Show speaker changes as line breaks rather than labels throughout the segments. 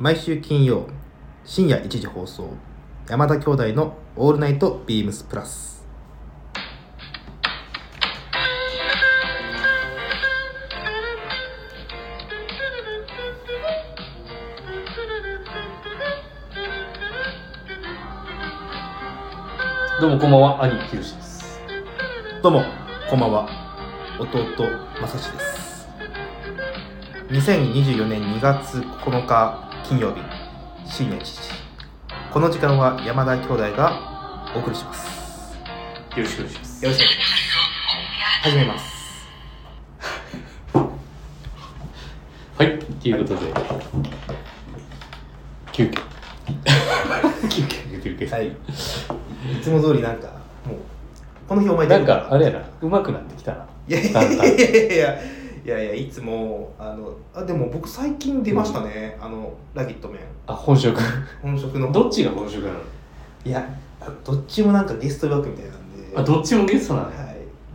毎週金曜深夜1時放送山田兄弟の「オールナイトビームスプラス」
どうもこんばんは、兄、ひろしです。
どうもこんばんは弟まさしです2024年2月9日金曜日深夜1時この時間は山田兄弟がお送りします
よろしくお願いします。
よろしくお願いします始めます
はい、ということで、 休憩。休憩、休憩。
はいいつも通りなんかもうこの日お前出
な
る
んか、あれやな、うまくなってきたな。
いやい
だ
や
ん
い
だん
やいやいやいやいつもあのあでも僕最近出ましたね、あのラギット麺
あ、本職。
本職の
どっちが本職なの
いやあどっちもなんかゲスト枠みたいなんで
あ、
は
どっちもゲストなのよ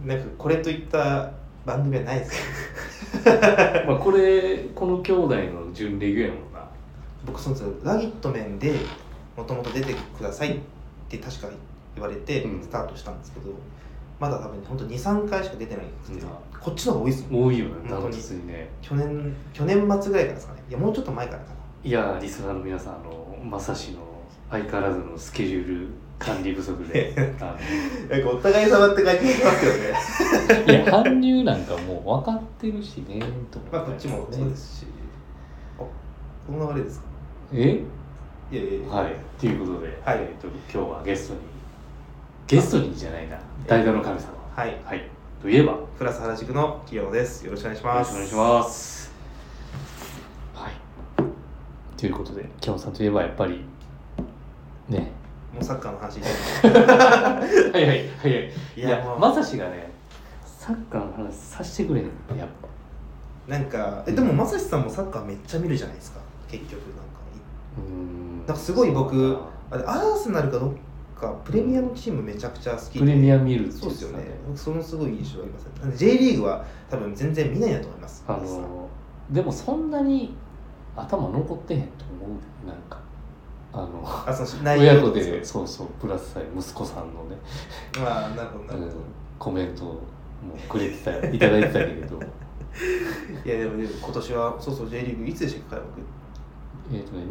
いなんかこれといった番組はないですけど
まあ、これ、この兄弟の準レギュやもんな。
僕そのラギット麺でもともと出てくださいって確か言われて
うん
スタートしたんですけど、まだ多分本当23回しか出てないんですけど、
う
こっちの方が多いですもん
多いよね、
本当
断
に
実にね。
去年去年末ぐらいからですかねいやもうちょっと前からかない
やー、リスナーの皆さん、あの、まさしの相変わらずのスケジュール管理不足 で。あ
なんかお互い様って感じがしますけどね
のいや、搬入なんかもう分かってるしね、と思て
まあこっちもそうですしこの流れですか
え
いやいやいや
はい、ということで、
はい
えーと今日はゲストにゲストにじゃないな代打の神様
はい
はいといえばよ
プラス原宿の清野ですよろしくお願いしま
ろし
す
くお願いしますはいということで今日さんといえばやっぱりね
もうサッカーの話
はいはいはいはいい
い
や
やもう、
まさしがねサッカーの話させてくれへんのやっぱ
なんかえでもまさしさんもサッカーめっちゃ見るじゃないですか結局なんか
うー
な
ん
んかすごい僕
そう
あれアーセナルかどっかプレミアのチームめちゃくちゃ好きで
だなプレミア見るって
そう
言
で
っ
すよ
てた
ね僕そのすごい印象ありますあの J リーグは多分全然見ないんだと思います
あのでもそんなに頭残ってへんと思うなんかあの
あその内
親
容
子
とかすか
でそうそうプラスさえ息子さんのね、
まあなるほどなるほど、
うんコメントもくれてたいただいてたけれど
いやでもね今年はそうそう J リーグいつでしたっけ開幕
えっとね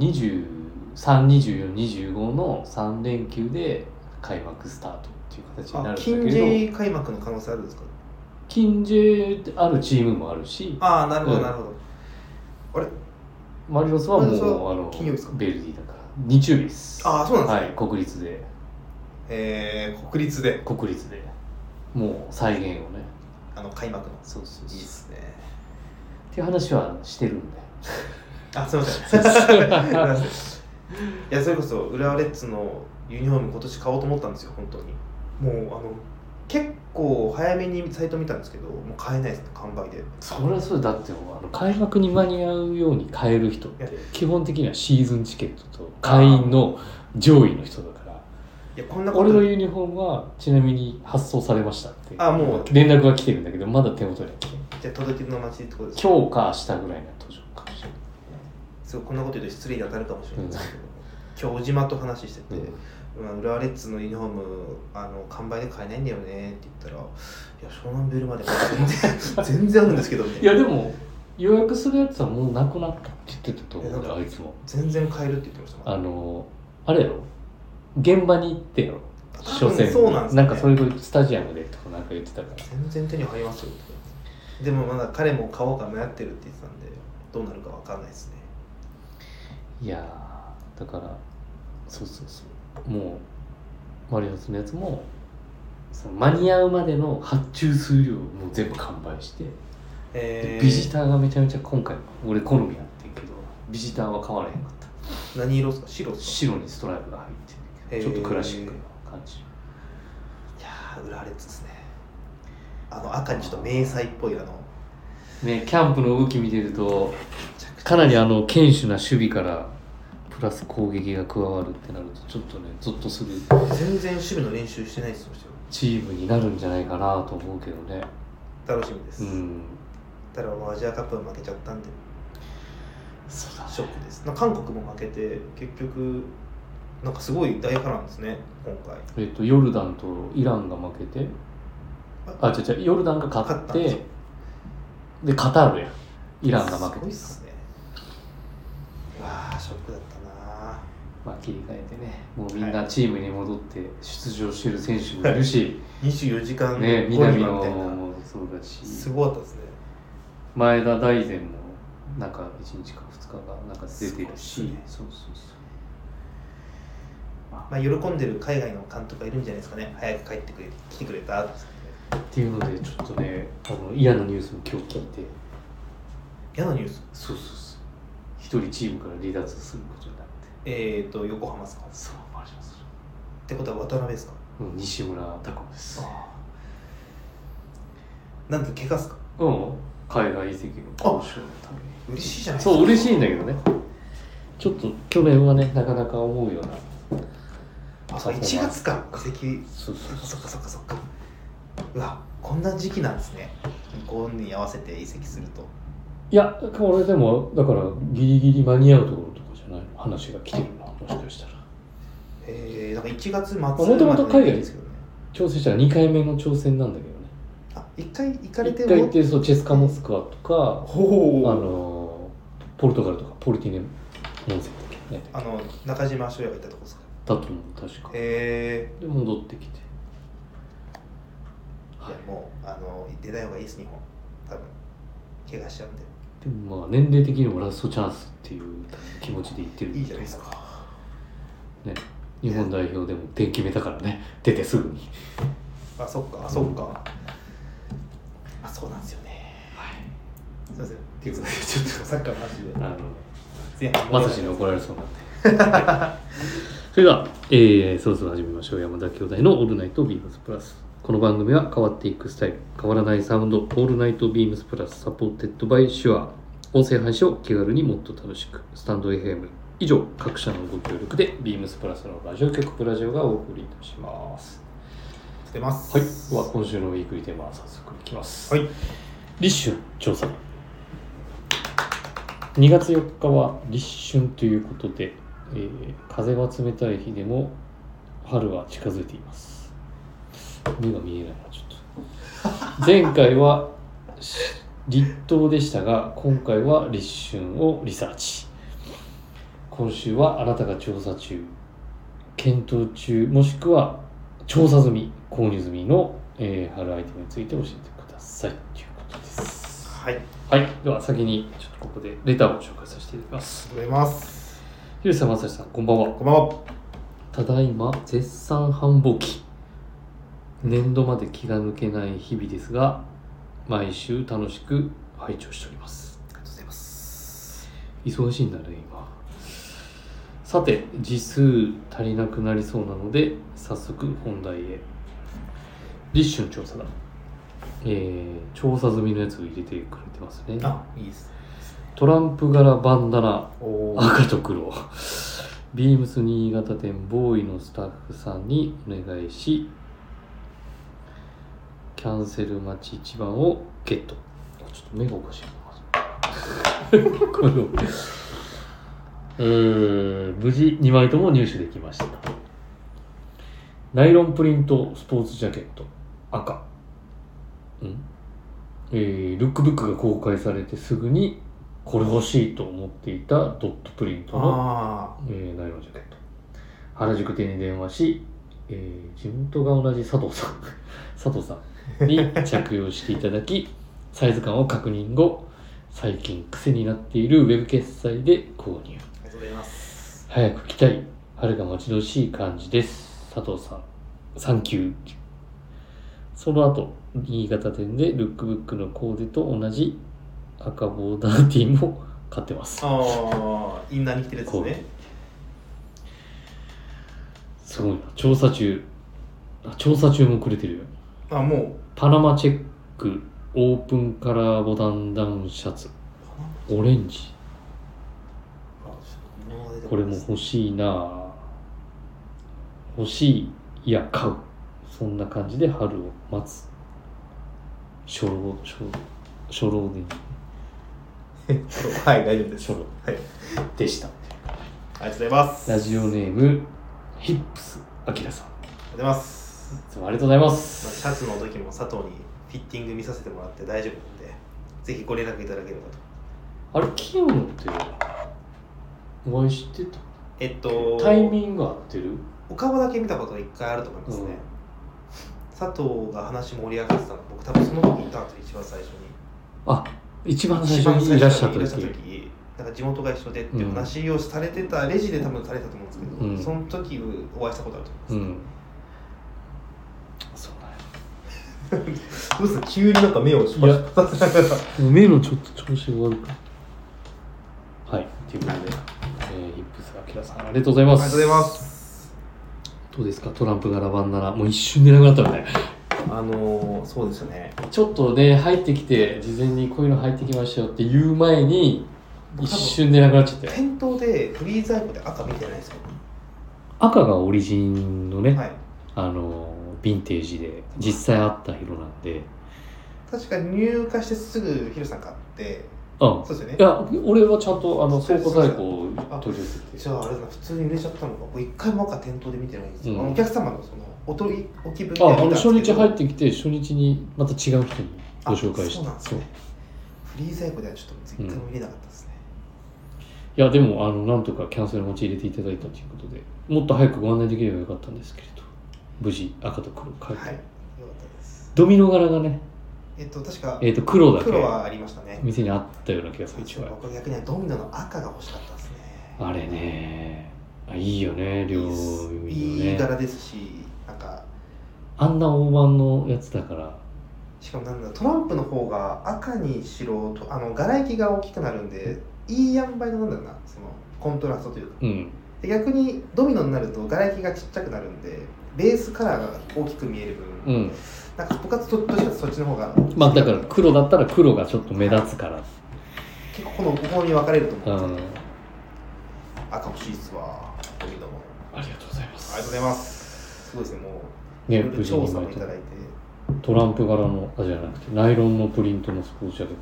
232425の3連休で開幕スタートっていう形にな
あ
るん
近
だけど
J 開幕の可能性あるんですか
近 J ってあるチームもあるし
ああなるほど
うん
なるほど、あれ
マリノスはも
マリノス
う
は
あの
金曜日ですか
ベルディだから日曜日です
あーそうなんですね
はい国立で
えー、国立で
国立でもう再現をね
あの開幕の
そうそう
いい
そう
っすね
っていう話はしてるん だよ
あすいません すいませんいやそれこそ浦和レッズのユニフォーム今年買おうと思ったんですよ本当にもうあの結構早めにサイト見たんですけどもう買えないです完売でい
そりゃそうだだってもうあの開幕に間に合うように買える人って
いや
基本的にはシーズンチケットと会員の上位の人だから
やこんなこと
俺のユニフォームはちなみに発送されましたって
あも
連絡が来てるんだけどまだ手元には来てない
じゃあ届けの待ちってことです
今日か明日ぐらいの途上かもしれない
すごいこんなこと言うと失礼に当たるかもしれないですけど、今日小島と話してて、まあ、浦和レッズのユニフォームあの完売で買えないんだよねって言ったら「いや湘南ベルまで全 然全然あるんですけど」みたい
い
な
やでも予約するやつはもうなくなったって言ってたと思うんだよあいつも
全然買えるって言ってましたも
あ
ん
のあれやろ現場に行ってやろ
多
初
分
戦
そうなんですね
なんかそれでスタジアムでとかなんか言ってたから
全然手に入りますよってでもまだ彼も買おうか迷ってるって言ってたんでどうなるかわかんないですね
いやーだからそうそうそうもうマリノスのやつもその間に合うまでの発注数量をもう全部完売して、
え
で
ー、
ビジターがめちゃめちゃ今回俺好みやってんけどビジターは買われへんかった
何色ですか白ですか
白にストライプが入ってる
へー
ちょっとクラシックな感じ、
いやー浦和レッズですねあの赤にちょっと迷彩っぽいあの
ねキャンプの動き見てると
めちゃくちゃ
かなりあの堅守な守備からプラス攻撃が加わるってなるとちょっとねゾッとする
全然守備の練習してないですよ人
チームになるんじゃないかなと思うけどね
楽しみです、
うん
ただもうアジアカップ負けちゃったんで
そうだな
ショックですなんか韓国も負けて結局なんかすごい大波乱ですね今回
えっと、ヨルダンとイランが負けてあ違う違うヨルダンが勝
勝っ
った
ん
て
ですよ
でカタールやイランが負
す
け
ごい
て
っすねうわあショックだったな
まあ、切り替えてねもうみんなチームに戻って出場してる選手もい るし、
24時間
ね
ゴリ
南
ラ
野
みたいな
もそうだし
すごかったですね
前田大然もなんか1日か2日がなんか出てる
そう
し、
ですね
そうそうそう
まあ喜んでる海外の監督がいるんじゃないですかね早く帰ってくれ来てくれたって
っていうのでちょっとねあの嫌なニュースも今日聞いて
嫌なニュース
そうそうそう一人チームから離脱することになって
えーと横浜ですかっ
そうマジです
てことは渡辺ですか
うん西村拓真です
なんで怪我っすか
うん海外移籍の交渉のために
嬉しいじゃないですか
そう嬉しいんだけどねちょっと去年はねなかなか思うような
あそう1月か移籍
そうそう
そっかそっかそっかうわこんな時期なんですね向こうに合わせて移籍すると
いやこれでもだからギリギリ間に合うところとかじゃないの話が来てるなもしかしたら
えー、なんか1月末ま
ともと海外
ですけどね
調整したら2回目の挑戦なんだけどね
あ一回行かれて
1回行
も
ってそうチェスカ・モスクワとか
ほう
あ
あの
のポルトガルとかポルティネモンセンだっけねだ
中島翔也がいたとこですか
と思う確か
え
で戻ってきて
ー、
はい
やもうあの出ない方がいいです日本多分怪我しちゃうんで
でもまあ年齢的にもラストチャンスっていう気持ちで言ってる
いいじゃないですか
ね、日本代表でも点決めたからね出てすぐに、
あそっかあそっかあそうなんですよねすいませんっていうことでちょっとサッカーの話で
あの
前半
まさしに怒られそうなんで それでは、えーそろそろ始めましょう山田兄弟の「オールナイトビームスプラス」この番組は変わっていくスタイル変わらないサウンド「オールナイトビームスプラス」サポーテッドバイシュア音声配信を気軽にもっと楽しくスタンド FM 以上各社のご協力でビームスプラスのラジオ局プラジオがお送りいたします
出ます
はいでは今週のウィークリーテーマ早速いきます
はい
立春調査2月4日は立春ということで、えー風は冷たい日でも春は近づいています目が見えないなちょっ と前回はし立冬でしたが今回は立春をリサーチ今週はあなたが調査中検討中もしくは調査済み購入済みの、えー春アイテムについて教えてくださいということです
はい
はい、では先にちょっとここでレターを紹介させていただきます。
出ます
ゆうさん、まさしさん、こんばんは。
こんばんは
ただいま絶賛繁忙期。年度まで気が抜けない日々ですが、毎週楽しく拝聴しております。
ありがとうございます
忙しいんだね、今。さて、字数足りなくなりそうなので、早速本題へ。立春調査だ。えー、調査済みのやつを入れてくれてますね。
あいいです
トランプ柄バンダナ、
おー
赤と黒ビームス新潟店ボーイのスタッフさんにお願いしキャンセル待ち一番をゲットちょっと目がおかしいな このえー無事2枚とも入手できましたナイロンプリントスポーツジャケット赤うんえールックブックが公開されてすぐにこれ欲しいと思っていたドットプリントの
あ
えー、ナイロンジャケット原宿店に電話し、えー地元が同じ佐藤さん 佐藤さんに着用していただきサイズ感を確認後最近癖になっているウェブ決済で購
あ
入
りがとうございます
早く来たい春が待ち遠しい感じです佐藤さんサンキューその後新潟店でルックブックのコーデと同じ赤ボーダーティーも買ってます
ああインナーに来てるやつですね
すごいな調査中あ調査中もくれてるよ
あも
パナマチェックオープンカラーボタンダウンシャツ
う
オレンジこれも
う
欲しいなぁ欲しいいや買うそんな感じで春を待つ初老初老初老でいい
はい大丈夫です
初老
はい
で した
ありがとうございます。
ラジオネームヒップスあきらさんい
ありがとうございます。
つもありがとうございま
まあ
す
シャツの時も佐藤にフィッティング見させてもらって大丈夫なんで、ぜひご連絡いただければと。
あれ清野ってお会いしてた
えっと、
タイミング合ってる
お顔だけ見たこと一回あると思いますね。佐藤が話盛り上がってたの、僕多分その時いたんですよ、一番最初に。
あ一番最
一番
初に
最
いらっ
初
しゃっ
にい
た
らっしゃった
時
時なんか地元が一緒でっていう話をされてた、レジで多分されてたと思うんですけど、
うん
その時お会いしたことあると
う
思い
ん
ま
そうだね
す、どうする急になんか目をしました
目のちょっと調子が悪くはいということで、えーヒップスあきらさんありがとうござい
あ
ま
り
す
がとうございます
どうですかトランプ柄バンナラもう一瞬でなくなったのね
あのー、そうでしたね
ちょっとね入ってきて事前にこういうの入ってきましたよって言う前に
僕
一
多分
瞬でなくなっちゃったよ
店頭でフリーザイブで赤見てないですよ、
赤がオリジンのね、
はい、
あのヴィンテージで実際あった色なんで
確か入荷してすぐヒロさん買って
う
そ
ん
うですよね
いや俺はちゃんとあの
そうで
倉
す
庫在庫を取り寄せ
じ
て
ゃああれだな普通に売れちゃったのか僕一回も赤店頭で見てないんですよ、
うん
あのお客様のそのお取り置き分で
あ
見
あ
たん
の
ですけ
初
ど
日入ってきて初日にまた違う人に
あ
ご紹介して
そうなんですねフリー在庫ではちょっと一回も見れなかったですね、
いやでもあのなんとかキャンセル持ち入れていただいたということでもっと早くご案内できればよかったんですけれど無事赤と黒書いて、
はいよかったです
ドミノ柄がね、
えっと確か
えー、と黒だけ
黒はありましたね
店にあったような気がする一応
僕は逆にドミノの赤が欲しかったですね
あれねあいいよね両
いい
耳の
いい
ね
柄ですしなんか
あんな大判のやつだから
しかもなんだトランプの方が赤に白とあの柄行きが大きくなるんでいい塩梅のなんだろうなそのコントラストというか
うん
で逆にドミノになると柄行きがちっちゃくなるんでベースカラーが大きく見える
う
分、
ん
なんか僕はどっちかというとそっちの方が
まあだから黒だったら黒がちょっと目立つから
結構このお好み分かれると思うんです
う
よ
ん
赤欲しいっすわドミノも
ありがとうございま
ありがとうございますすごいですねもうい
ね
ろい
無
ろ
事に
調査
今
もいただいて
トランプ柄のあじゃなくてナイロンのプリントのスポーツジャケッ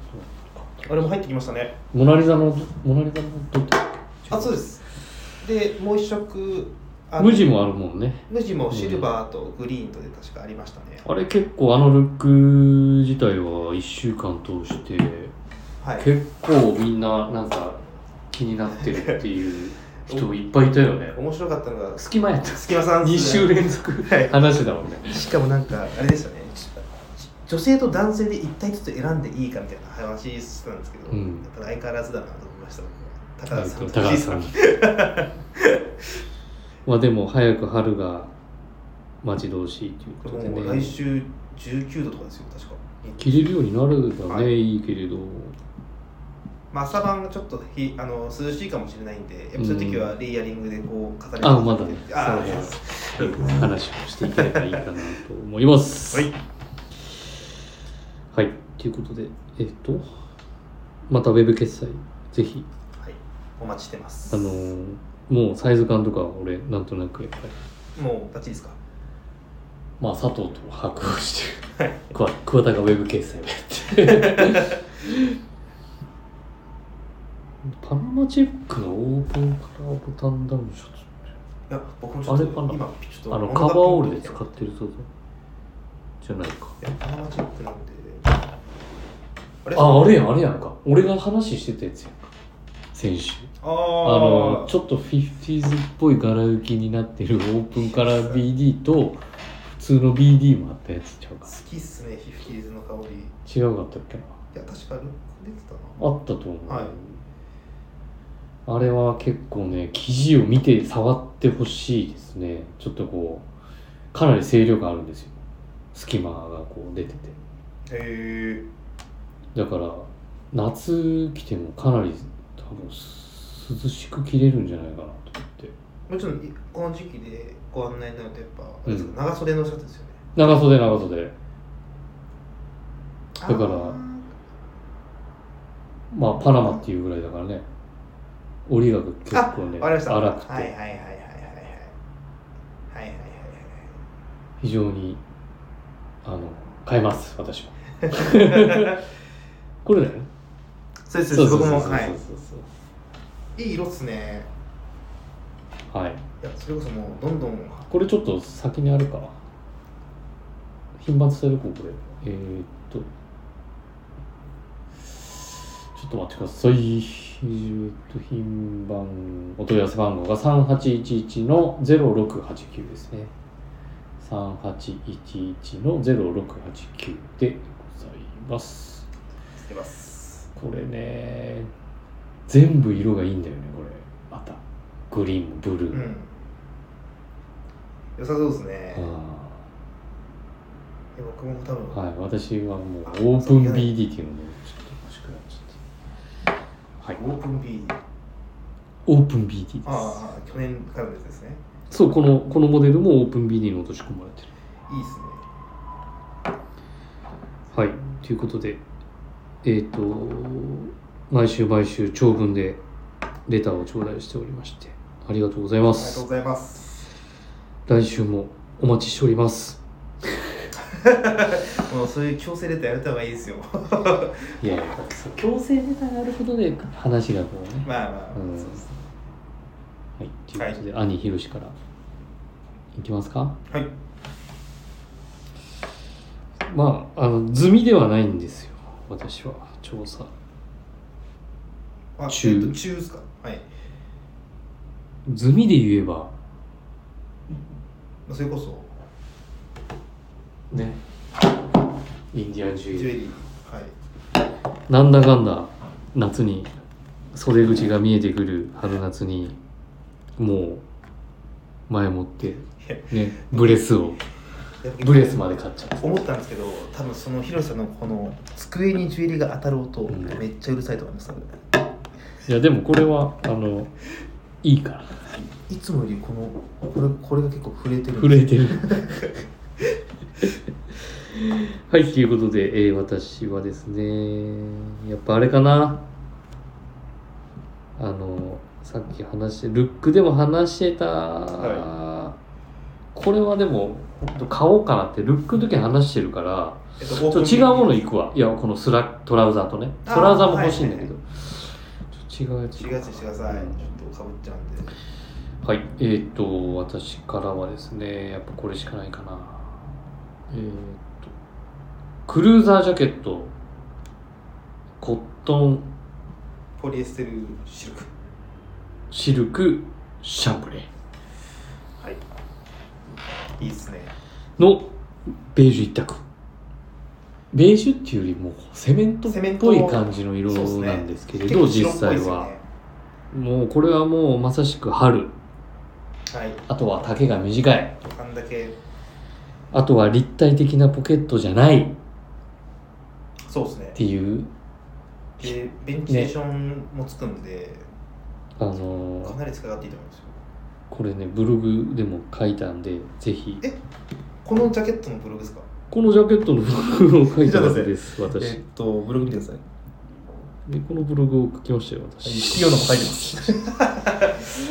ト
あれも入ってきましたね
モナリザの、モナリザのどっち
あそうですでもう一色あの
無地もあるもんね。
無地もシルバーとグリーンとで確かありましたね、
あれ結構あのルック自体は1週間通して、
はい
結構みんななんか気になってるっていう人いっぱいいたよね。
面白かったのが
隙間やった。
隙間さんっすね
2週連続
はい
話してたもんね。
しかもなんかあれでしたねち女性と男性で一体ずつ選んでいいかみたいな話してたんですけど、
うん
やっぱり相変わらずだなと思いました高
は
田
い
さん
高橋さ ん。まあでも早く春が待ち遠しいということで
もう
ね
来。週19度とかですよ確か
着れるようになるだね、、
はい
いけれど。
まあ、朝晩ちょっとひあの涼しいかもしれないんで、やっぱそういう時はレイヤリングでこう飾り
あまだね
ああ
そうです
そうです
話をしていただけばいいかなと思います。
はい。
はい。ということで、えっ、と、またウェブ決済、ぜひ、
はい、お待ちしてます。
あのーもうサイズ感とかは俺、なんとなくやっぱり、
もうバッチリですか。
まあ、佐藤と把握をして
はい
くわ桑田がウェブ決済をやって。 パナマチェックのオープンカラーボタンダウンシャツ
いや、僕もちょっと
あれかな
今ちょっと
あの
物
カバ
が
ーオールで
い
使ってるそうだじゃないか
や、パナマチェックなんで。あれ
ああれやんあれやんか俺が話してたやつやんか先週
あ
あ
ー
のちょっと 50s っぽい柄浮きになってるオープンカラー BD と普通の BD もあったやつちゃう
好
か
きっすね、ヒフティーズの香り。い
違うかったっけな
や、確かルック出てたな。
あったと思う、
はい
あれは結構ね生地を見て触ってほしいですねちょっとこうかなり清涼感あるんですよ隙間がこう出てて
へ
だから夏来てもかなり多分涼しく着れるんじゃないかなと思って
え。もちろん、いこの時期でご案内になると、やっぱ、あれですか
うん
長袖のシャツですよね。
長袖長袖
だ
からまあパナマっていうぐらいだからね折りが結構ね
わかりました。
荒くて、
はいはいはいはいはいはい。はいはいはいはい。
非常にあの買えます私はこれだよね
そうですそうです、僕も、
そうそう
はい。
そうそう
いい色っすね
は
い
い
やそれこそもうどんどん
これちょっと先にあるか頻発してるここれえー、っとちょっと待ってくださいえーっと品番お問い合わせ番号が3811の0689ですね3811の0689でございます
出ます
これね全部色がいいんだよねこれまたグリーンもブルー
う
も、
ん良さそうですね
あ
え
ー
僕も多分、
はい、私はもう
あ
オープン BD っていうのもちょっと欲しくなっちゃって。
オ
はい、
ープン B
オープン BD で
ああ去年からのやつですね
す。そう、このこのモデルもオープン BD に落とし込まれてる。
いいですね
はい、ということで、えっ、と、毎週毎週長文でレターを頂戴しておりまして、ありがとうございま
ありがとう
す。
ございます
来週もお待ちしております。
もうそういう強制レターやれた方がいいですよ
いやいや、強制レターがあることで話がこうね。
まあまあ、
うん
そうですね
はい、ということで、兄ひろしからいきますか。
はい
まあ、あの済みではないんですよ私は調査
あ
中
えっと中ですかはい
済みで言えば
それこそ
ねインディアンジ
ジュ
ュ
エ
エ
リーはい
なんだかんだ夏に袖口が見えてくる春夏にもう前もってねブレスを
やっぱ
ブレスまで買っちゃう
思ったんですけど多分その広瀬さんのこの机にジュエリーが当たる音、
うん
めっちゃうるさいと思います多分
いやでもこれはあのいいから
いつもよりこのこれこれが結構震えてるんです
震えてる はいということで、えー私はですねやっぱあれかなあのさっき話してルックでも話してた、これはでもほんと買おうかなってルックの時に話してるから
えっと
ちょっと違うものいくわいやこのスラトラウザーとねトラウザーも欲しいんだけど、ちょっと違う
違う
や
や
つ
つにしてください、
うん
ちょっとかぶっちゃうんで
はい、えー、と、私からはですね、やっぱこれしかないかな。えー、と、クルーザージャケット、コットン、
ポリエステルシルク
シルク、シャンブレー
いいっすね
のベージュ一択。ベージュっていうよりもセメントっ
セメント
ぽい感じの色
そうっすね
なんですけれ
結
ど、
構
実
白っぽい
際
ですよ
は
ね。
もうこれはもうまさしく春。
はい
あとは丈が短い。
あんだけ
あとは立体的なポケットじゃないっ
そうですね
ていう、
でベンチレーションもつくんで、
あのー
かなり使い勝手いいと思いますよ
これねブログでも書いたんでぜひ
えこのジャケットのブログですか
このジャケットのブログを書いたはず です私、
っとブログ見てください
でこのブログを書きましたよ私
企業のも書いてます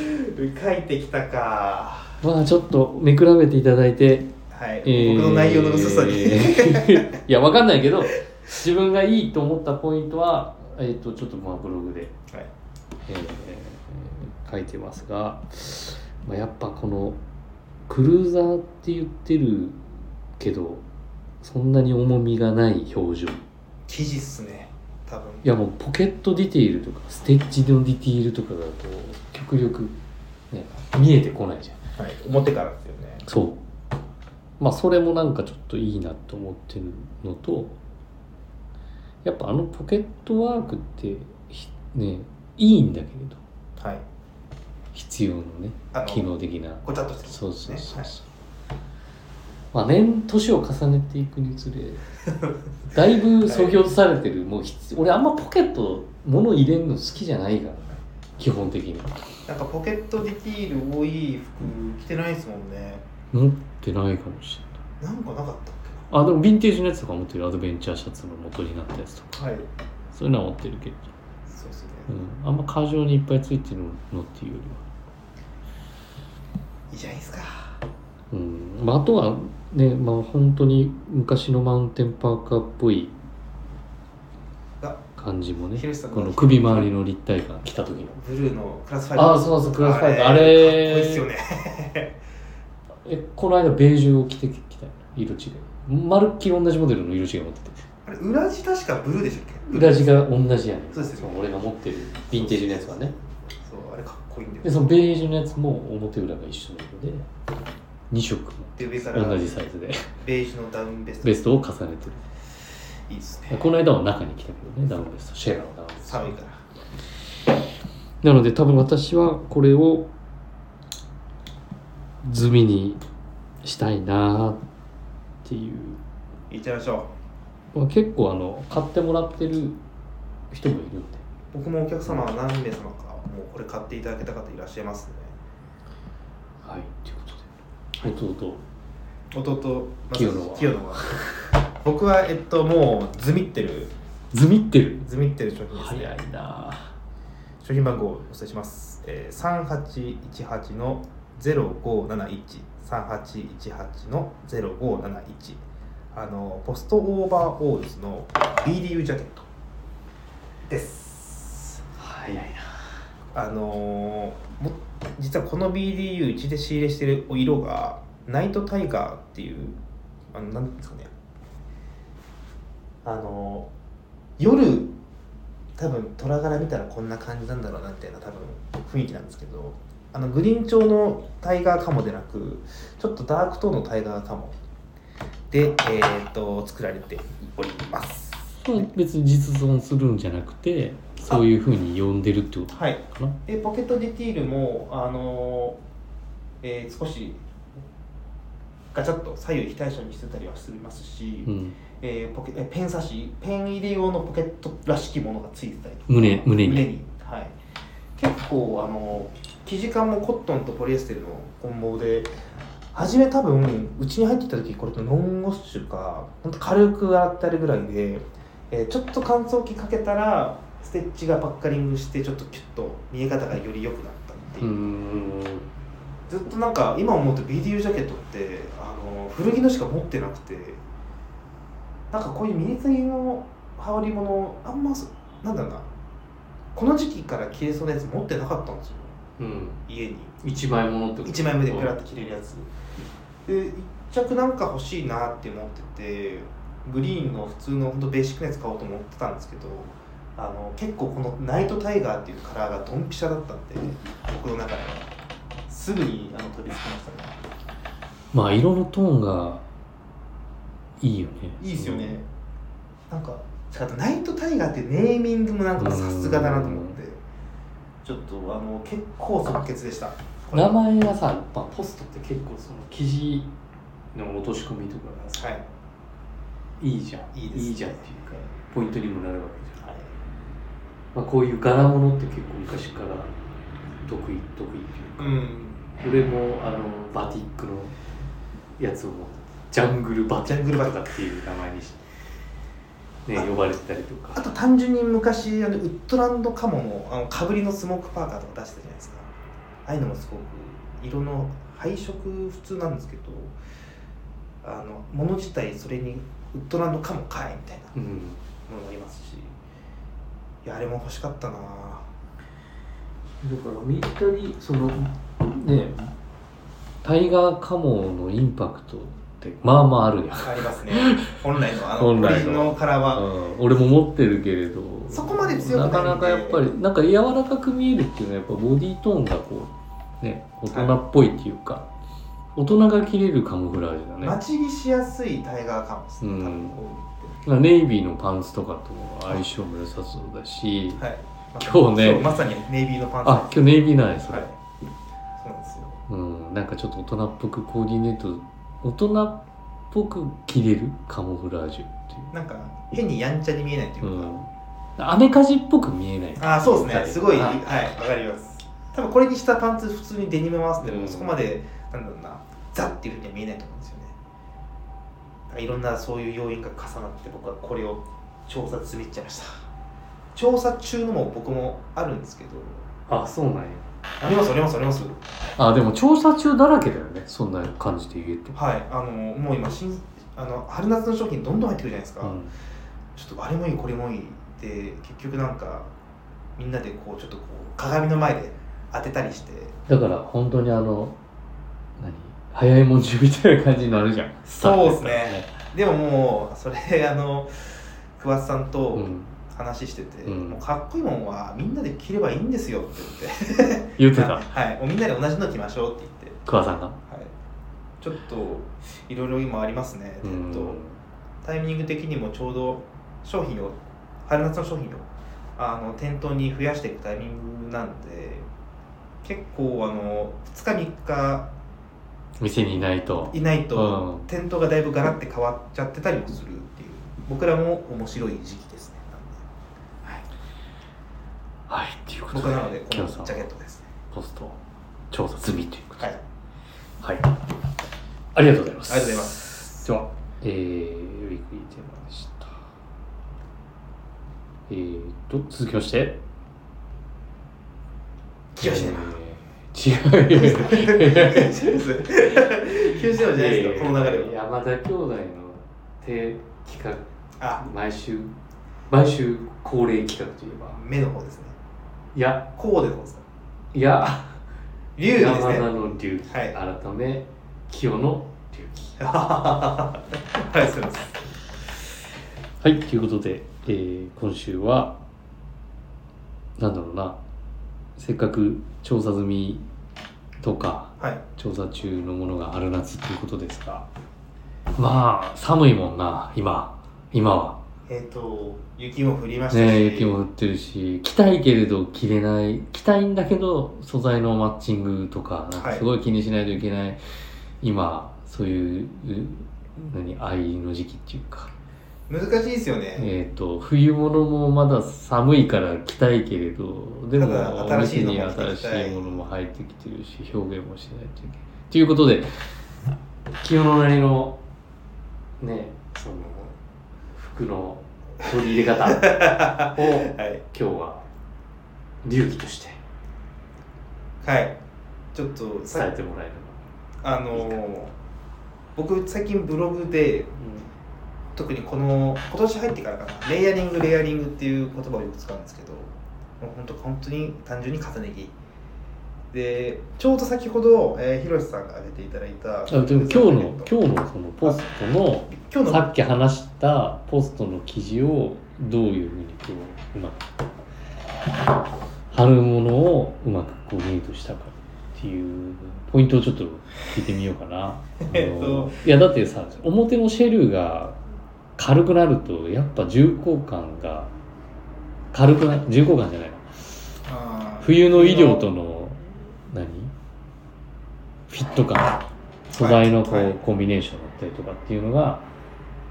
書いてきたか
まあちょっと見比べていただいて、
はい、
えー
僕の内容の薄さ に、
いやわかんないけど自分がいいと思ったポイントはえっ、とちょっとまあブログで、
はい
えー書いてますが、まあ、やっぱこのクルーザーって言ってるけどそんなに重みがない表情
生地っすね多分
いやもうポケットディテールとかステッチのディテールとかだと極力、ね、見えてこないじゃん
はい、表からですよね
そうまあそれもなんかちょっといいなと思ってるのとやっぱあのポケットワークってひねいいんだけれど
はい
必要のね
あの
機能的な
ごちゃっとしてる
そうそうそう
ね
そう、まあ年年を重ねていくにつれ だいぶそぎ落とされてるもうひつ俺あんまポケット物入れるの好きじゃないから基本的に
なんかポケットディティール多い服着てないですもんね
持ってないかもしれない
なんかなかったっ
あでもヴィンテージのやつとか持ってるアドベンチャーシャツの元になったやつとか
けはい
そういうのは持ってるけど、
そうですね、
うん、あんま過剰にいっぱいついてるのっていうよりは
いいじゃないですか
うんまあ、あとはね、まあ、本当に昔のマウンテンパーカーっぽい
あ
感じもね
ヒロシさん
この首周りの立体感来た時の
ブルーのクラスファイブ
ああそうそうクラスファイブあ
かっこいいっすよ
れ
ね
えこの間ベージュを着てきたよ色違いまるっきり同じモデルの色違い持ってて
あれ裏地確かブルーでしたっけ
裏地が同じやねん
そうですよね
俺が持ってるヴィンテージのやつはね
そうあれかっこいいんだよ
でそのベージュのやつも表裏が一緒なので2色も
で上から
同じサイズで
ベージュのダウンベスト
ベストを重ねて
いいですね
るこの間は中に来たけどねダウンベストシェラのダウンベスト
寒いから
なので多分私はこれを済みにしたいなっていう、
行っちゃいましょう
まあ、結構あの買ってもらってる人もいるんで
僕もお客様は何名様かもうこれ買っていただけた方いらっしゃいますね
はいということで弟
弟まず
清野は
清野は 僕はえっともうズミってる
済みってる
ズミってる商品ですね
早いな
商品番号をお伝えします、えー、3818の05713818の0571あのポストオーバーオールズの BDU ジャケットです
早いな
あのーも実はこの BDU うちで仕入れしてるお色がナイトタイガーっていうあのなんていうんですかねあのー夜多分虎柄見たらこんな感じなんだろうなみたいな多分雰囲気なんですけどあのグリーン調のタイガーカモでなくちょっとダークトーンのタイガーカモで、えー、と作られております
別に実存するんじゃなくてそういうふうに呼んでるってことか
はい
な
でポケットディティールも、あのーえー少しガチャッと左右非対称にしてたりはしますし、
うん、
えーポケえーペン差しペン入れ用のポケットらしきものがついてたりとか
胸胸に
はい、結構、あのー生地感もコットンとポリエステルの混紡で初め多分うちに入ってきた時これノンウォッシュかほんと軽く洗ってあるぐらいで、えーちょっと乾燥機かけたらステッチがパッカリングしてちょっとキュッと見え方がより良くなったっていうう、
ん
ずっとなんか今思うと BDU ジャケットってあの古着のしか持ってなくてなんかこういうミニツイの羽織物あんまそなんだろうなこの時期から着れそうなやつ持ってなかったんですよ
うん
家に
一枚ものってこと
1枚目でペラッと着れるやつで1着なんか欲しいなって思っててグリーンの普通のほんとベーシックなやつ買おうと思ってたんですけどあの結構このナイトタイガーっていうカラーがドンピシャだったんで僕の中ではすぐにあの取り付けましたね
まあ色のトーンがいいよね
いいですよね、なんかしかもナイトタイガーってネーミングもなんかさすがだなと思ってちょっとあの結構即決でした
うん名前がさ、まあ、ポストって結構その生地の落とし込みとかがさ
はい
いいじゃん
いいですね
じゃんっていうかポイントにもなるわけじゃん、まあ、こういう柄物って結構昔から得意得意って
う
い
ん
うか、俺もあのバティックのやつを持ってジャングルバティックとかっていう名前にしね
あ
呼ばれてたりとか
あと単純に昔あのウッドランドカモのあのかぶりのスモークパーカーとか出してたじゃないですかああいうのもすごく色の配色普通なんですけどあの物自体それにウッドランドカモかいみたいな
うん
ものもありますしいやあれも欲しかったな
だからみんなにそのねタイガーカモのインパクトってまあまああるやん、
あります ね本来のあのオ
本
リ
来の
ジナルのカラーは
俺も持ってるけれど
そこまで強くない
なん
で
かなかやっぱりなんか柔らかく見えるっていうのはやっぱボディートーンがこうね大人っぽいっていうか、大人が着れるカモフラージュだね
待ち着しやすいタイガーカモですね、
うん
多分こ
まあネイビーのパンツとかとも相性も良さそうだし
うってはい
今日ね
まさにネイビーのパンツ
あ今日ネイビーないそれ、
はいそうなんですよ
うん、なんかちょっと大人っぽくコーディネート大人っぽく着れるカモフラージュっていう
なんか変にやんちゃに見えないという
う
か、
ん、アメカジっぽく見えない
ああそうです
は
ねすごい
は
はいわかります多分これにしたパンツ普通にデニム回すでも、
うん
そこまでなんだろうなザっていうふうには見えないと思うんですよねなんかいろんなそういう要因が重なって僕はこれを調査済みっちゃいました調査中のも僕もあるんですけど
あそうなんや
ありますありますあります
あでも調査中だらけだよねそんな感じで言えて、
はいあのもう今新あの春夏の商品どんどん入ってくるじゃないですか、
うん
ちょっとあれもいいこれもいいって結局なんかみんなでこうちょっとこう鏡の前で当てたりして
だから本当にあの何早いもん中みたいな感じになるじゃん
そうっすねでももうそれあの桑田さん
う
と
ん
話してて、
うん
もうかっこいいもんはみんなで着ればいいんですよって言
言っ
って て
た
はい、もうみんなで同じの着ましょうって言って、
桑さんが
はい、ちょっといろいろ今ありますね、
う
え
ん
っと、タイミング的にもちょうど商品を春夏の商品をあの店頭に増やしていくタイミングなんで結構あの2日3日
店にいないと
いないと
うん
店頭がだいぶガラッて変わっちゃってたりもするっていう僕らも面白い時期ですねなんで、
はいっていうこ
はい、
と
僕
で
はなのでこ
キ
の
ヨ
ジ
さん
ャケットですね
ポストを調査済みということ
は
で
いあり
はい、ありがとうございます
がとうございます
では、えー、ウィークリーテーマでした。えーと、続きまして。
清志
えー違う。
清志清志じゃないですかこの流れ
えー
を
山田兄弟の定企画
あ、
毎週、毎週恒例企画といえば。
目の方ですね
いや、
こうでどうですか
いや、
龍です
山田
ね
の隆起、
はい
改め、清の隆起。
はい、ありがとうございます。
はい、ということで、えー今週は、なんだろうな、せっかく調査済みとか、
はい、
調査中のものが春夏ということですが、まあ、寒いもんな、今、今は。
えっ、と、雪も降りましたし、
ね雪も降ってるし、着たいけれど着れない、着たいんだけど、素材のマッチングとか、なんか
はい
すごい気にしないといけない、今、そういう、う何、愛の時期っていうか、
難しいですよね。
えー、と冬物もまだ寒いから着たいけれどで
た
も
だ
お
新
店
しいの
に
も
新し
着てきたい
いものも入ってきてるし表現もしないといけない。ということで清野なりのねその服の取り入れ方 を今
はい、
日は流儀として
はい、ちょっとさ、
伝えてもらえれ
あのー僕最近ブログで特にこの今年入ってからかなレイヤリングレイヤリングっていう言葉をよく使うんですけどもう本当本当に単純に重ね着でちょうど先ほど、えー、ひろしさんが挙げていただいた
ば、あでも今日の
今
今日のそのポストの
日の
さっき話したポストの記事をどういうふうにこううまく貼るものをうまくこうメイクしたかっていうポイントをちょっと聞いてみようかな。
えっと
あのいやだってさ表のシェルが軽くなるとやっぱ重厚感が軽くな重厚感じゃないな
あー
冬の衣料との何フィット感素材のこ
は
う
い
コンビネーションだったりとかっていうのが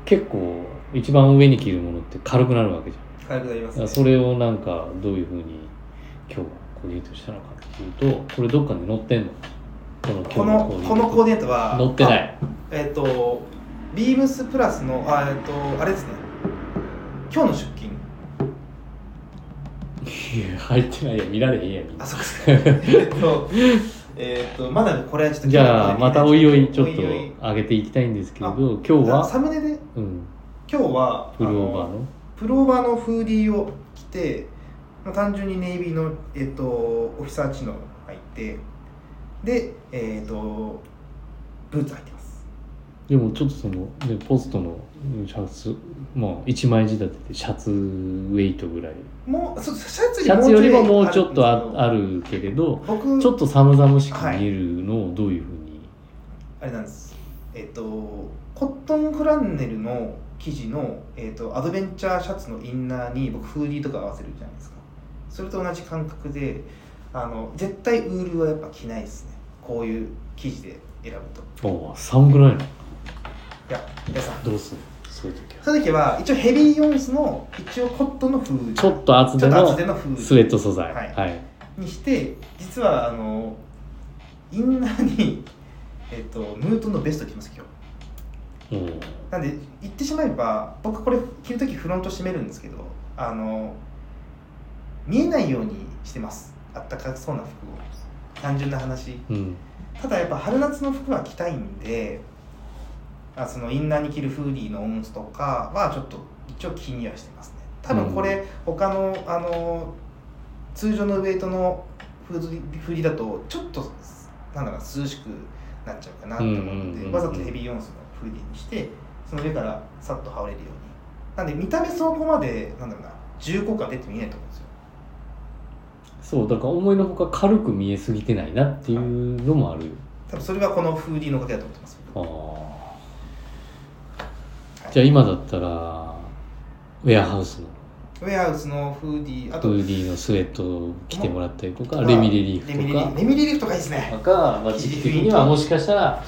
結構一番上に着るものって軽くなるわけじゃ
軽
ん
くなりま
だ
す
か
ね
らそれをなんかどういうふうに今日はコーディネートしたのかっていうとこれどっかに載ってんのこの今日
このこのコー
デ
ディネートは
ィネート載ってない
えっ、と、ビームスプラスの、あ、えっ、と、あれですね。今日の出勤。
いや入ってないや見られへんやみん
あ、
な
そうですね。えっと、えっ、と、まだこれはちょっと。
じゃあまたおいおいちょっと
おいおい
上げていきたいんですけれど
あ
今日は、
サムネで、
うん、
今日は。
フルオーバー
あの
の
プローバーのフーディーを着て、まあ、単純にネイビーの、えっ、と、オフィサーチの入って。で、えっ、と、ブーツ履いてます。
でもちょっとその、ね、ポストのうんシャツまあ1枚仕立てでシャツウェイトぐらい
もう、そシャツ
シャツよりももう
ち
ち
ょ
ょ
いるんです
っと
け
あ
ど
あるけれど
僕
ちょっと寒々しく見えるのをどういうふうに、
あれなんですえっ、とコットンフランネルの生地の、えっとアドベンチャーシャツのインナーに僕フーディーとか合わせるじゃないですかそれと同じ感覚であの絶対ウールはやっぱ着ないですねこういう生地で選ぶと
おう寒くないの
いや皆さん
どうするそういう時は
そういう時は一応ヘビーヨンスの一応コットンのフーディー
ちょっと厚
ち
手
ょっと
の
厚手のフーディー
スウェット素材
はい
はい、
にして実はあのインナーに、えっとムートンのベスト着ます今日
うん
なんで言ってしまえば僕これ着る時フロント閉めるんですけどあの見えないようにしてますあったかそうな服を単純な話
うん
ただやっぱ春夏の服は着たいんであそのインナーに着るフーディーのオンスとかはちょっと一応気にはしてますね多分これ、他のあの通常のウエイトのフードリフリだとちょっとなんだか涼しくなっちゃうかなと思って、
うんうんうんうん
わざとヘビー要素のフーディにしてその上からさっと羽織れるようになんで見た目そこまでなんだろうな重厚感出て見えないと思うんですよ
そうだから思いのほか軽く見えすぎてないなっていうのもあるよ、
多分それがこのフーディのおかげだと思ってます僕
あーじゃあ今だったらウェアハウスの
ウェアハウスのフーディあ
フ
と
ーディーのスウェットを着てもらったりとか
まあ
レミレリー
レミリ
フと
リ
か
ーフレミリリーフとかいいですね
とか、まあ、時期的にはもしかしたら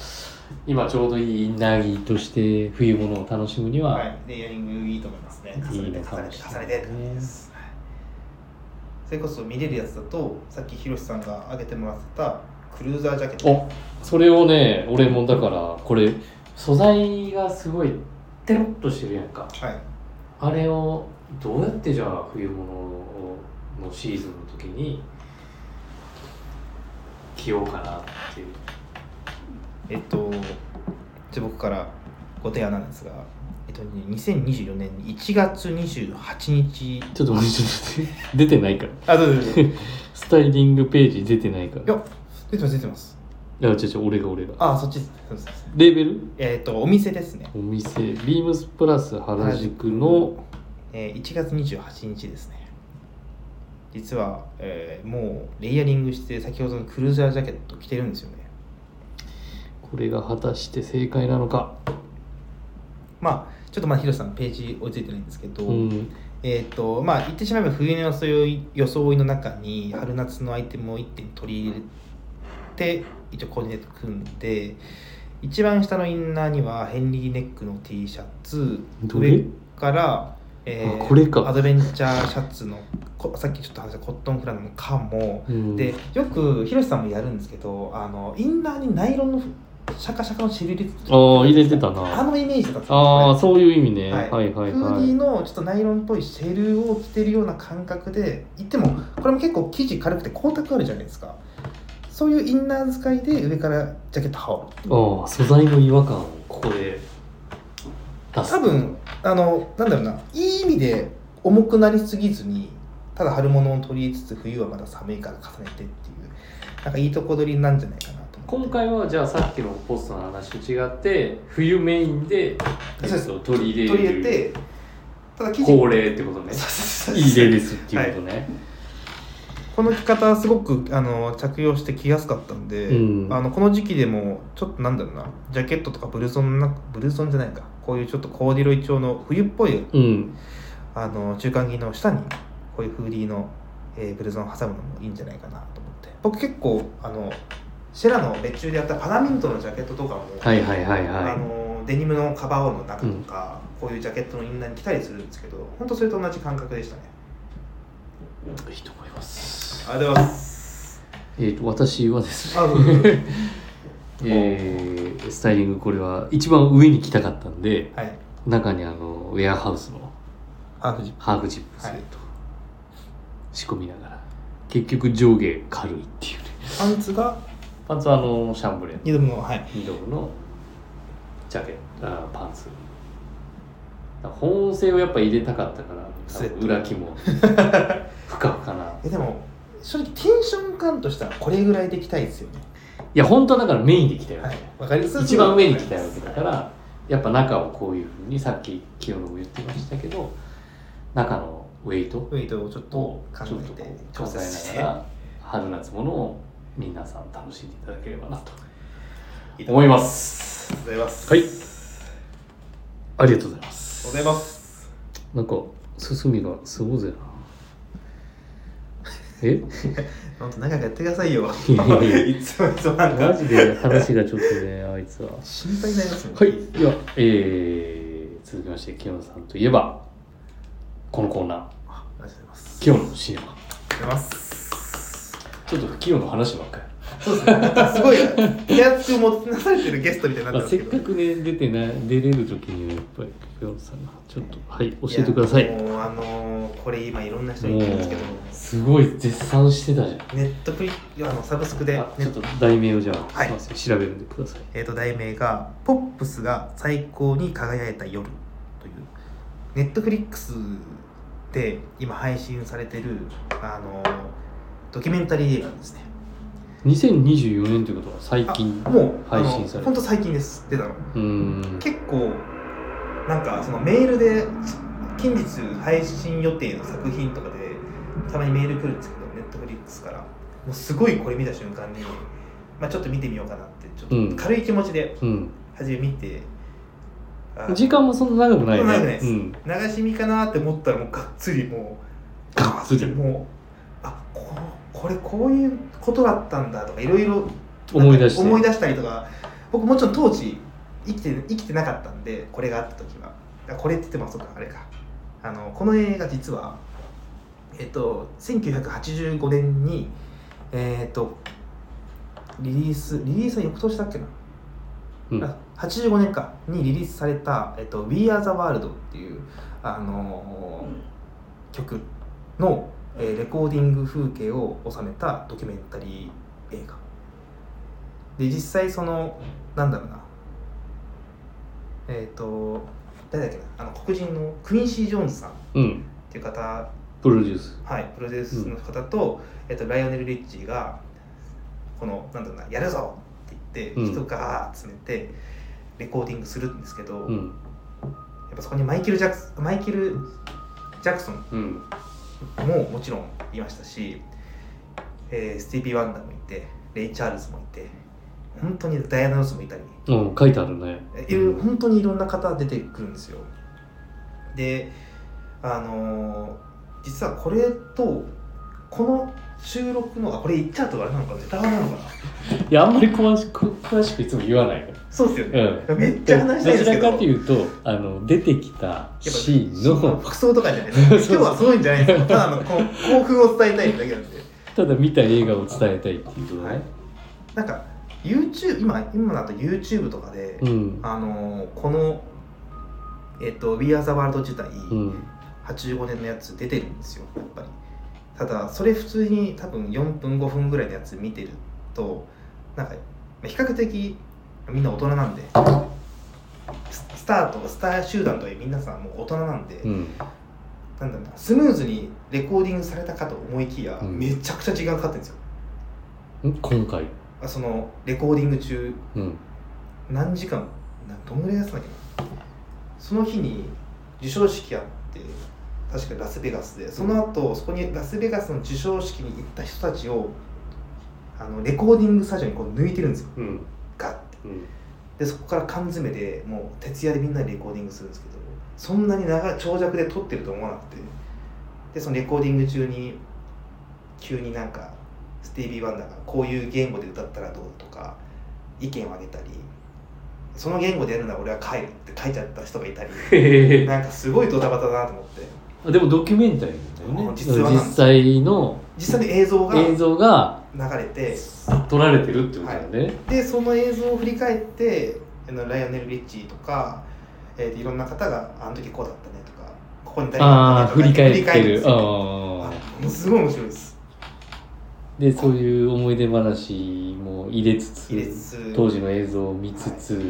今ちょうどいいインナー着として冬物を楽しむには、
はいレイヤリングいいと思いますね重ね
いい
て
のか
重ねて
もし
重
れ
ね
ない
てって感じですはいそれこそ見れるやつだとさっきひろしさんが挙げてもらってたクルーザージャケット
おそれをね俺もだからこれ素材がすごいテロッとしてるやんか
はい
あれをどうやってじゃあ冬物をのシーズンの時に着ようかなっていう
えっと、じゃあ僕からご提案なんですが、えっとね、2024年1月28日、
ちょっと待ってちょっと待って出てないから
あ、どうぞどうぞ。い
スタイリングページ出てないから
や、出てます、出てます。
いや違う違う俺が俺が
あ、そっちです。そうですそうです
レーベル
えっと、お店ですね。
お店ビームスプラス原宿の
えー、1月28日ですね。実は、えーもうレイヤリングして、先ほどのクルーザージャケット着てるんですよね。
これが果たして正解なのか
まあ、ちょっとまだヒロさん、ページ追いついてないんですけど、
うん
えーとまあ、言ってしまえば冬の装い装いの中に春夏のアイテムを1点取り入れて一応コーディネート組んで一番下のインナーにはヘンリーネックの T シャツ
どれ
上から、えー
あこれか
アドベンチャーシャツのこさっきちょっと話したコットンフランのカも
うん
でよくヒロシさんもやるんですけどあのインナーにナイロンのシャカシャカのシルリッ
ああ入れてた
あ
な
のイメージだったんですよこれ
ああそういう意味ね、
は
はいい、はいはい
フーディーのちょっとナイロンっぽいシェルを着てるような感覚で言ってもこれも結構生地軽くて光沢あるじゃないですかそういうインナー使いで上からジャケット羽織る
ああ素材の違和感をここで出す
多分あのなんだろうないい意味で重くなりすぎずにただ春物を取り入れつつ冬はまだ寒いから重ねてっていうなんかいいとこ取りなんじゃないかなと思っ
今
て
回はじゃあさっきのポストの話と違って冬メインで
そう
テ
です
ストを取り入れ
取
る
り入れてただ生地
恒例ってことね
そうそうそうそう
いい例ですっていうことね、
この着方はすごくあの着用して着やすかったんで、
うん
あのこの時期でもちょっとなんだろうなジャケットとかブルゾンなブルゾンじゃないかこういうちょっとコーディロイ調の冬っぽい
うん
あの中間着の下にこういうフーディーの、えーブルゾンを挟むのもいいんじゃないかなと思って僕結構あのシェラの別注でやったパラミントのジャケットとかも、
はいはいはい
あ
は
のデニムのカバーオールの中とか、こういうジャケットのインナーに着たりするんですけど本当それと同じ感覚でしたね
いいいと思います
ありがとうございます
えー、と私はです
あどうぞどうぞ
ね、 えー、スタイリングこれは一番上に着たかったんで
はい
中にあのウェアハウスの
ハーフジップ
ハーフジップスウェット、仕込みながら結局上下軽いっていうね
パンツが
パンツはあのシャンブレーの
二度目のはい
二度のジャケットあパンツだから保温性をやっぱ入れたかったから
スウェット
多分裏木もふかふかない
えでも正直テンション感としたらこれぐらいできたいですよね
や本当はだからメインで来たよ、
はいわかります
一番上に来たわけだからやっぱ中をこういうふうにさっき清野も言ってましたけど中のウェイト
ウェイトをちょっと
を
考
ちょっとこ
えて
う
調
考
整し
え
て
ながら春夏ものを皆さん楽しんでいただければなと
いいと
思います
ありがとうございます
はい
ありが
ありがとうございます
とうございます
なんか進みがすごいぜなえ
本当長くやってくださ いよ
いやいや
いつもいつもなん
マ
か
ジで話がちょっとねあいつは
心配になりますもん
はいではえー、続きまして清野さんといえばこのコーナー
あありがとうございます
清野のシネマ
ありがとうございます
ちょっと清野の話ばっかり
そうですねなんかすごい手厚く持ちなされてるゲストみたいにな
ま
って
あ、
ます
せ
け
っ
ど
かくね出てな出れる時にはやっぱり清野さんがちょっとはい教えてください
やもうあのーこれ今いろんな人に言ってるんですけど
もうすごい絶賛してたじゃん
ネットフリあのサブスクで
あ
ネ
ちょ
ッ
っと題名をじゃあ、
はい
すいません調べるんでください
えー、と題名が「ポップスが最高に輝いた夜」というネットフリックスで今配信されてるあのドキュメンタリー映画ですね
2024年ということは最近
あもう
配信され
本
る
当最近です出たの
うーん
結構なんかそのメールで近日配信予定の作品とかでたまにメール来るんですけどネットフリックスからもうすごいこれ見た瞬間に、まあ、ちょっと見てみようかなってちょっと軽い気持ちで
うん
初め見て、あ
時間もそんな長くないね
長くないです
うん、
流し見かなって思ったらもうがっつりもう
がっつり
もうあここれこういうことだったんだとかいろいろ
思い出して
思い出したりとか僕もちろん当時生きて生きてなかったんでこれがあった時はあこれって言ってもそうかあれかあのこの映画実はえっと1985年にえっとリリースリリースは翌年だっけな、
うん
あ85年かにリリースされた「えっと、We Are the World」っていう、あのー曲の、えーレコーディング風景を収めたドキュメンタリー映画で実際そのなんだろうなえっ、と誰だっけなあの黒人のクインシー・ジョーンズさんっ
うん、
ていう方
プロデュース
はい、プロデュースの方と,、えっとライオネル・リッチーがこのなんだろうなやるぞって言
う
っ
ん
て人が集めてレコーディングするんですけど、
う
やっ
ん
ぱそこにマイケル・ジャクソンマイケル・ジャクソン
うん
ももちろんいましたし、えースティービー・ワンダーもいてレイ・チャールズもいて本当にダイアナ・ロスもいたり
うん書いてあるね
いろいろ本当にいろんな方出てくるんですよであのー実はこれとこの収録のあこれ言っちゃうとあれなのかなネタバレなのか
いやあんまり詳しく詳しくいつも言わないから
なそうですよね
うん
めっちゃ話したいんで
どち
すけ
ら
ど
かというとあの出てきたシーン
やっぱその
の
服装とかじゃないです今日はそういうんじゃないですよただあのこの興奮を伝えたいだけなんで
ただ見た映画を伝えたいっていうことね、
はいなんか YouTube 今今だと YouTube とかで、
うん
あのーこのえっ、と「We Are the World」自体、
うん
85年のやつ出てるんですよやっぱりただそれ普通に多分4分5分ぐらいのやつ見てるとなんかまあ比較的みんな大人なんでススタートスター集団とはいえ皆さんもう大人なんで、
うん
なんだろうなスムーズにレコーディングされたかと思いきや、
うん
めちゃくちゃ時間かかってるんですよ
ん今回
あそのレコーディング中
うん
何時間などんぐらいやってたんだっけなその日に授賞式あって確かラスベガスでその後そこにラスベガスの授賞式に行った人たちをあのレコーディングスタジオにこう抜いてるんですよ
うん
ガッて
うん
でそこから缶詰でもう徹夜でみんなでレコーディングするんですけどそんなに長い長尺で撮ってると思わなくてでそのレコーディング中に急になんかスティービー・ワンダーがこういう言語で歌ったらどうだとか意見をあげたりその言語でやるなら俺は帰るって書いちゃった人がいたり
へ
なんかすごいドタバタだなと思って
でもドキュメンタリーだよ
う
ね
ん実話なんです
実際の
実際に映像が
映像が
流れて
撮られてるってことだよね、
でその映像を振り返ってあのライオネル・リッチーとか、えーといろんな方があの時こうだったねとかここに誰
あ
が
あ
いた
振り
ねとか
返ってる
んですよ
ああ
あものすごい面白いです
でそういう思い出話も入れつつ
入れつつ
当時の映像を見つつ、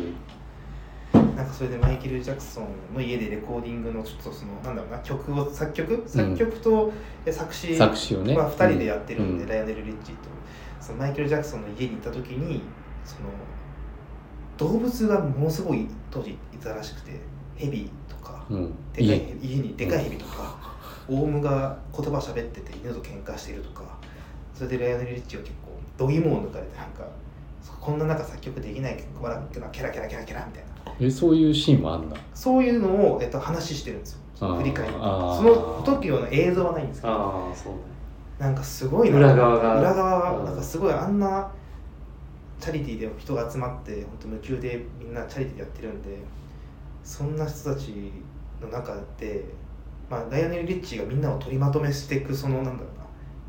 なんかそれでマイケル・ジャクソンの家でレコーディングのちょっとそのなんだろうな曲を作曲作曲とえ作詞、
作詞をね、
まあ、2人でやってるんで、
う
ライオネル・リッチーとそのマイケル・ジャクソンの家に行った時にその動物がものすごい当時いたらしくてヘビとか
うんうん
でかい
いい
家にでかいヘビとか、オウムが言葉喋ってて犬と喧嘩してるとかそれでレアネル・リッチは結構度肝を抜かれてなんかこんな中作曲できない笑ってなキャラキャラキャラキャラみたいな
えそういうシーンもあんだ
そういうのを、えっと、話してるんですよ
あー
振り返ってそ
あー
の時の映像はないんですけど
ああそう
なんかすごいな
裏側が
裏側が
うん
なんかすごいあんなチャリティーで人が集まって本当無給でみんなチャリティーやってるんでそんな人たちの中で、まあ、ライオネル・リッチーがみんなを取りまとめしていくそのなんだろうな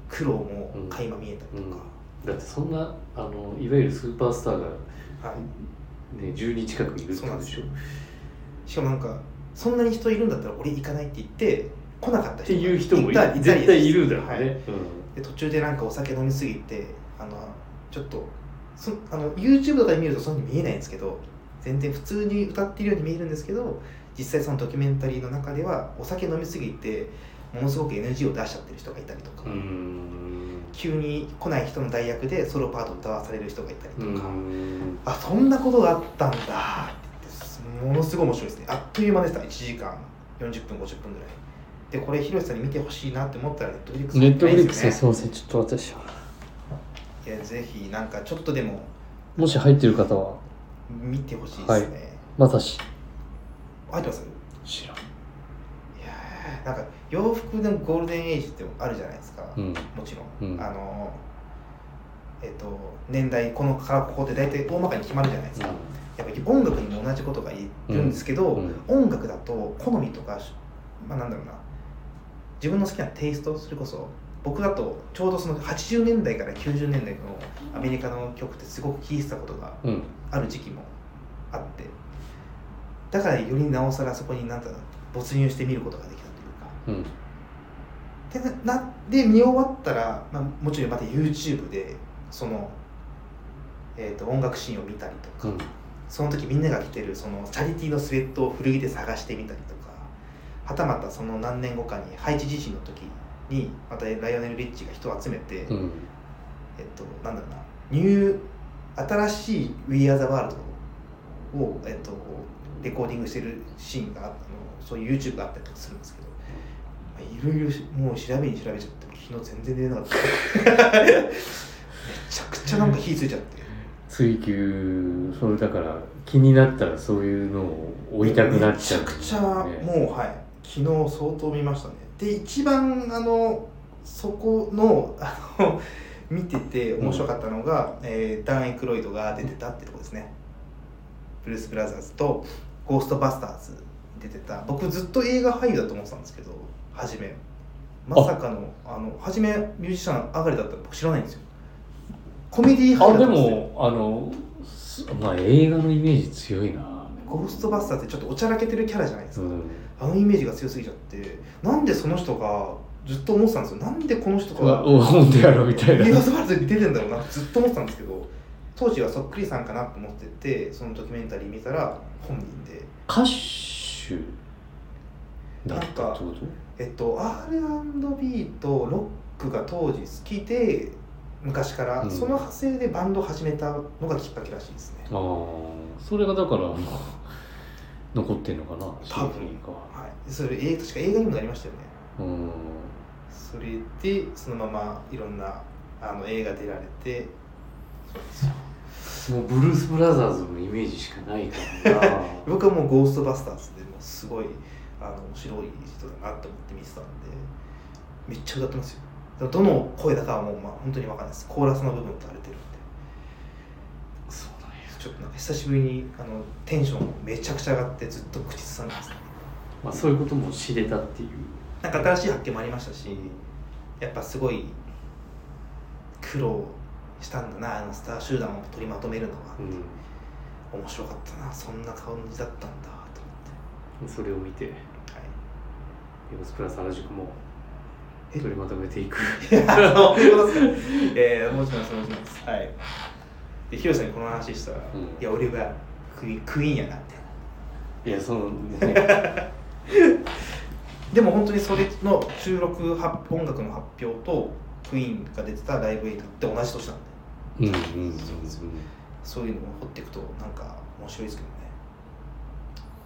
苦労も垣間見えたりとか、
だってそんなあのいわゆるスーパースターが、ね、
はい、
10人近くいる
ってことでしょしかもなんかそんなに人いるんだったら俺行かないって言って来なかった人
っていう人もい
行ったり
る絶対いるだろう
はい
ね、
で途中でなんかお酒飲みすぎてあのちょっとそあの YouTube とかで見るとそういうふうに見えないんですけど全然普通に歌ってるように見えるんですけど実際そのドキュメンタリーの中ではお酒飲みすぎてものすごく NG を出しちゃってる人がいたりとか、
うーん
急に来ない人の代役でソロパート歌わされる人がいたりと
う
か、
ん
あそんなことがあったんだってものすごい面白いですねあっという間でした1時間40分50分ぐらいでこれ広瀬さんに見てほしいなって思ったらネットフリックス
ネットフリックス
です
すいませんちょっと私
いやぜひなんかちょっとでも
もし入ってる方は
見てほしいですね、
まさし
入ってます
知らん
いやーなんか洋服のゴールデンエイジってあるじゃないですか、
うん
もちろん、
うん
あのえっ、と年代このからここで大体大まかに決まるじゃないですか、やっぱり音楽にも同じことが言えるんですけど、
うん
音楽だと好みとか、まあ、なんだろうな自分の好きなテイストそれこそ僕だとちょうどその80年代から90年代のアメリカの曲ってすごく聴いてたことが
うん
ある時期もあってだからよりなおさらそこになんか没入して見ることができたと
うん
いうかでなで見終わったら、まあ、もちろんまた YouTube でその、えー、と音楽シーンを見たりとか、
うん
その時みんなが着てるそのチャリティーのスウェットを古着で探してみたりとかはたまたその何年後かにハイチ地震の時にまたライオネル・リッチが人を集めて、
うん
えっとなんだろうなニュー新しい「We Are the World を」えっと、レコーディングしてるシーンがあのそういう YouTube があったりとかするんですけど、まあ、いろいろしもう調べに調べちゃって昨日全然出なかった めちゃくちゃなんか火ついちゃって。
追求それだから気になったらそういうのを追いたくなっちゃう、
めちゃくちゃもうはい昨日相当見ましたねで一番あのそこのあの見てて面白かったのが、えーダン・エイクロイドが出てたってとこですねブルース・ブラザーズとゴーストバスターズに出てた僕ずっと映画俳優だと思ってたんですけど初めまさかのあの初めミュージシャン上がりだったの僕知らないんですよコメディ俳優だ
あ
った
で
んですよ
もあのすまあ映画のイメージ強いな
ゴーストバスターズってちょっとおちゃらけてるキャラじゃないです
う
か、
ん
あのイメージが強すぎちゃってなんでその人がずっと思ってたんですよなんでこの人
うわ
が
おほんでやろみたい
リ
な
アスワールドに出てんだろうなってずっと思ってたんですけど当時はそっくりさんかなと思っててそのドキュメンタリー見たら本人で
歌手だったってこ
えっと R&B とロックが当時好きで昔から、
うん
その派生でバンドを始めたのがきっかけらしいですね
とああそれがだからあの 残ってんのかな
多分
シンフォニーか
はいそれえ確か映画にもなりましたよね
うん
それでそのままいろんなあの映画出られて
もうブルース・ブラザーズのイメージしかないからな
僕はもうゴーストバスターズでもうすごいあの面白い人だなと思って見てたんでめっちゃ歌ってますよだからどの声だかはもう、まあ、本当に分かんないですコーラスの部分歌われてるんで
そうなんや
ちょっとなんか久しぶりにあのテンションめちゃくちゃ上がってずっと口ずさんでますね
まあ、そういうことも知れたっていう
なんか新しい発見もありましたしやっぱすごい苦労したんだなあのスター集団を取りまとめるのは
う
面白かったなそんな感じだったんだと思
ん、それを見てヨ
って、はい
ースプラス原宿も
え
取りまとめていく
いやそういうことですか。ええもちろんそうもちろんです。はい。で、ヒロさんにこの話したら、
うん
いや、俺はクイーンクイーンやなって。
いやそのね
でも本当にそれの収録発音楽の発表とクイーンが出てたライブエイドって同じ年なんで、
うんうんうんうん
そういうのを掘っていくとなんか面白いですけどね。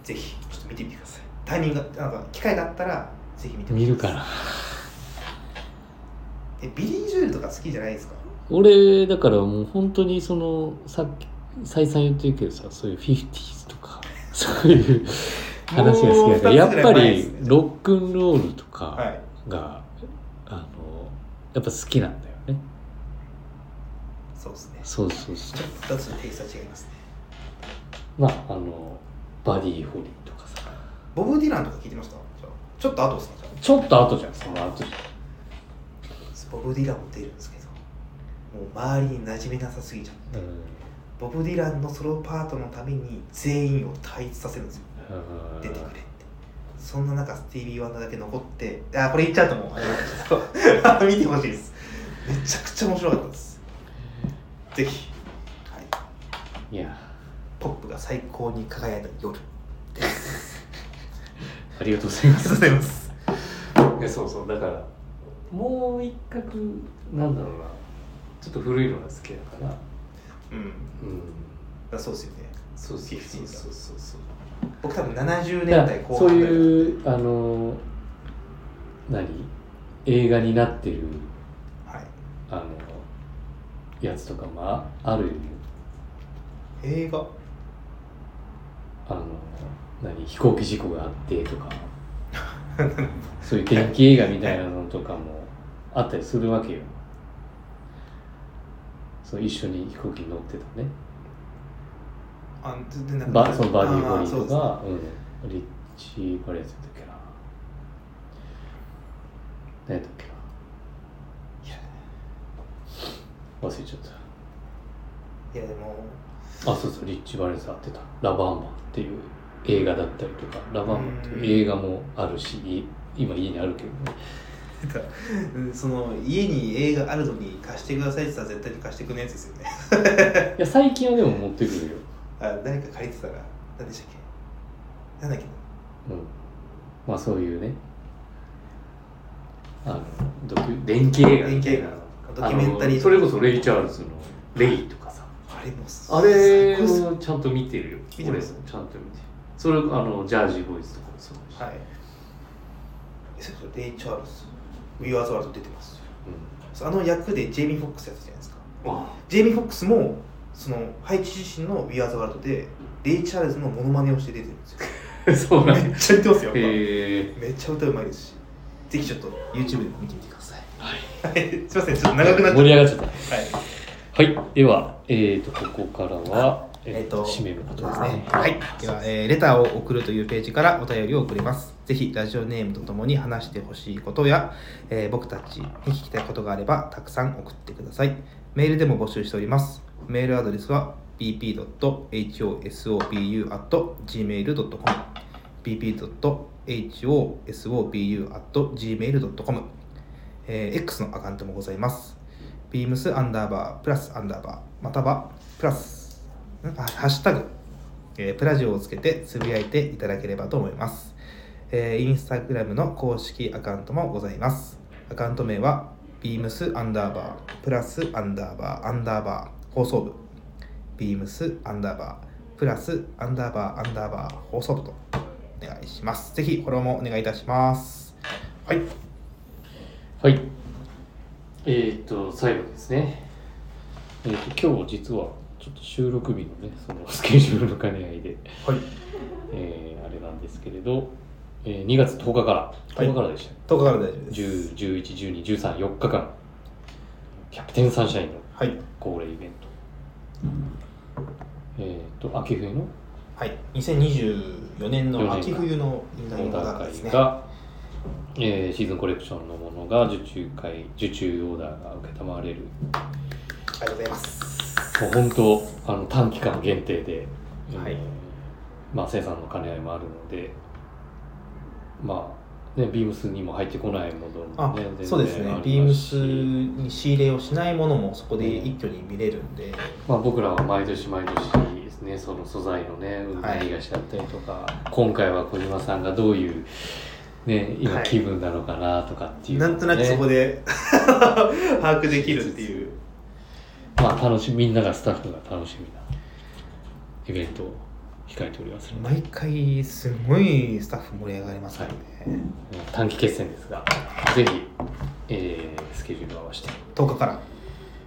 ぜひちょっと見てみてください。タイミングがなんか機会があったらぜひ見てほし
見
いで
る
す
から
えビリー・ジョエルとか好きじゃないですか。
俺だからもう本当にそのさっき再三言ってるけどさそういう 50s とか そういう話が好きだから
も
や
う二つ
っ
ぐら
ぱ
い前で
り
すね
ロックンロールと
は
か
い。
が、あのやっぱ好きなんだよね
そうですね。
そうそうそう
ちょっと2つのテイストは違いますね。
まああのバディ・ホリーとかさ
ボブ・ディランとか聞いてましたじゃあちょっと後ですかじゃあ
ちょっと後じゃんその後じゃん
ボブ・ディランも出るんですけどもう周りに馴染めなさすぎちゃって、ボブ・ディランのソロパートのために全員を退出させるんですよ
うん
出てくれってそんな中スティービー・ワンダだけ残ってあこれ言っちゃうと思うあの 見てほしいですめちゃくちゃ面白かったですぜひ、はい、
いや
ポップが最高に 輝いた夜
ありがとうございま
ありが
す
とうございますうん
でそうそうだからもう一角なんだろうなちょっと古いのが好きだから
うん
うん
あそうですよね
そうそうそうそうそうそう
僕多分70年
だか
代
ら
後半
そう
う
いうあの何映画になってる
はい
あのやつとかもああるよね
映画
あの何飛行機事故があってと かそういう電気映画みたいなのとかもあったりするわけよそう一緒に飛行機に乗ってたね
あ全然なんか
バそのバディーボデ
あーそう
ィ
です
と
ね
かう、ん、リッチー・パレスだったっけな何やったっけな忘れちゃっ
いやでも
たあそうそうリッチー・パレス合ってたラバンマンっていう映画だったりとかラバンマンっていう映画もあるしい今家にあるけどね
うんその家に映画あるのに貸してくださいって言ったら絶対に貸してくれないやつですよね
いや最近はでも持ってくるよ、
あ誰か借りてたら何でしたっけなんだっけ
うん、まあそういうねあのドキュ電気映画みたいな
ドキュメンタリー
あのそれこそレイ・チャールズの「レイ」とかさ
あれもす
あれ
すっごいっす
をちゃんと見てるよ
見てます
俺もちゃんと見てるそれあのジャージーボーイズとかもそうだし、
はいそうそうレイ・チャールズウィアーズワールド出てますあの役でジェイミー・フォックスやったじゃないですか
うん、あ
ジェイミー・フォックスもそのハイチ自身の「We Are the World」でレイ・チャールズのモノマネをして出てるんです よ
そうなんだ
めっちゃ言ってますよ、やっ
へえ
ぱめっちゃ歌うまいですしぜひちょっと YouTube でも見てみてください
は
は
い
いすいませんちょっと長くなっちゃ
盛
っ
り上がっちゃった
たはい
はいではえー、とここからは
えっと
締めること
そう
で
ですすね。
ね
はい。では、えーレターを送るというページからお便りを送れます。ぜひ、ラジオネームとともに話してほしいことや、えー僕たちに聞きたいことがあれば、たくさん送ってください。メールでも募集しております。メールアドレスは bp.hosobu.gmail.com bp.hosobu.gmail.com、えー X のアカウントもございます。beams アンダーバープラスアンダーバーまたはプラスんあハッシュタグ、えープラジオをつけてつぶやいていただければと思います、えーインスタグラムの公式アカウントもございますアカウント名は beams アンダーバープラスアンダーバーアンダーバー放送部 beams アンダーバープラスアンダーバーアンダーバー放送部とお願いしますぜひフォローもお願いいたしますはい
はい。えーっと、最後ですね。えーっと、今日実は、ちょっと収録日のね、そのスケジュールの兼ね合いで、
はい
えーあれなんですけれど、えー2月10日から、
はい
10日からでした、ね
10日から大丈夫です
10、11、12、13、4日間、キャプテンサンシャインの
はい
恒例イベント。えーっと、秋冬の
はい、2024年の秋冬の引退
講
の
談
段階です
会
ね。
が、えーシーズンコレクションのものが受注会受注オーダーが承れる
ありがとうございます。
もう本当あの短期間限定で、えー
はい
まあ、生産の兼ね合いもあるのでまあねビームスにも入ってこないもの
あ
も、ね全
そうです
然
ね
あ。
ビー
りま
ム
す
ス
し
に仕入れをしないものもそこで一挙に見れるんで、
まあ、僕らは毎年毎年ですねその素材のね運
はい
営会社だったりとか、今回は小島さんがどういう、ね、今
はい
気分なのかなとかっていうの
な
をね、
んとなくそこで 把握できるっていう。
まあ楽しみみんながスタッフが楽しみなイベントを控えておりますので
毎回すごいスタッフ盛り上がりますからね。
短期決戦ですが、ぜひ、えースケジュールを合わせて
10日から、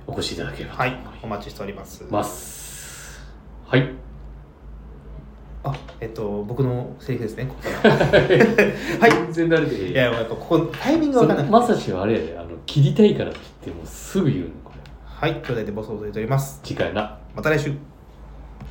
お越しいただければと
は
思
い、お
い
待ちしております。
ます。はい。
あ、えっと、僕のセリフですね、ここから。はい。
全然慣れて
い
ない。
や、やっぱここ、タイミングが
そ
わかんな
の
くて
まさしはあれやで、あの切りたいからって言ってもうすぐ言うのこれ。
はい、兄弟でボソボソ言っております。
次回な。
また来週。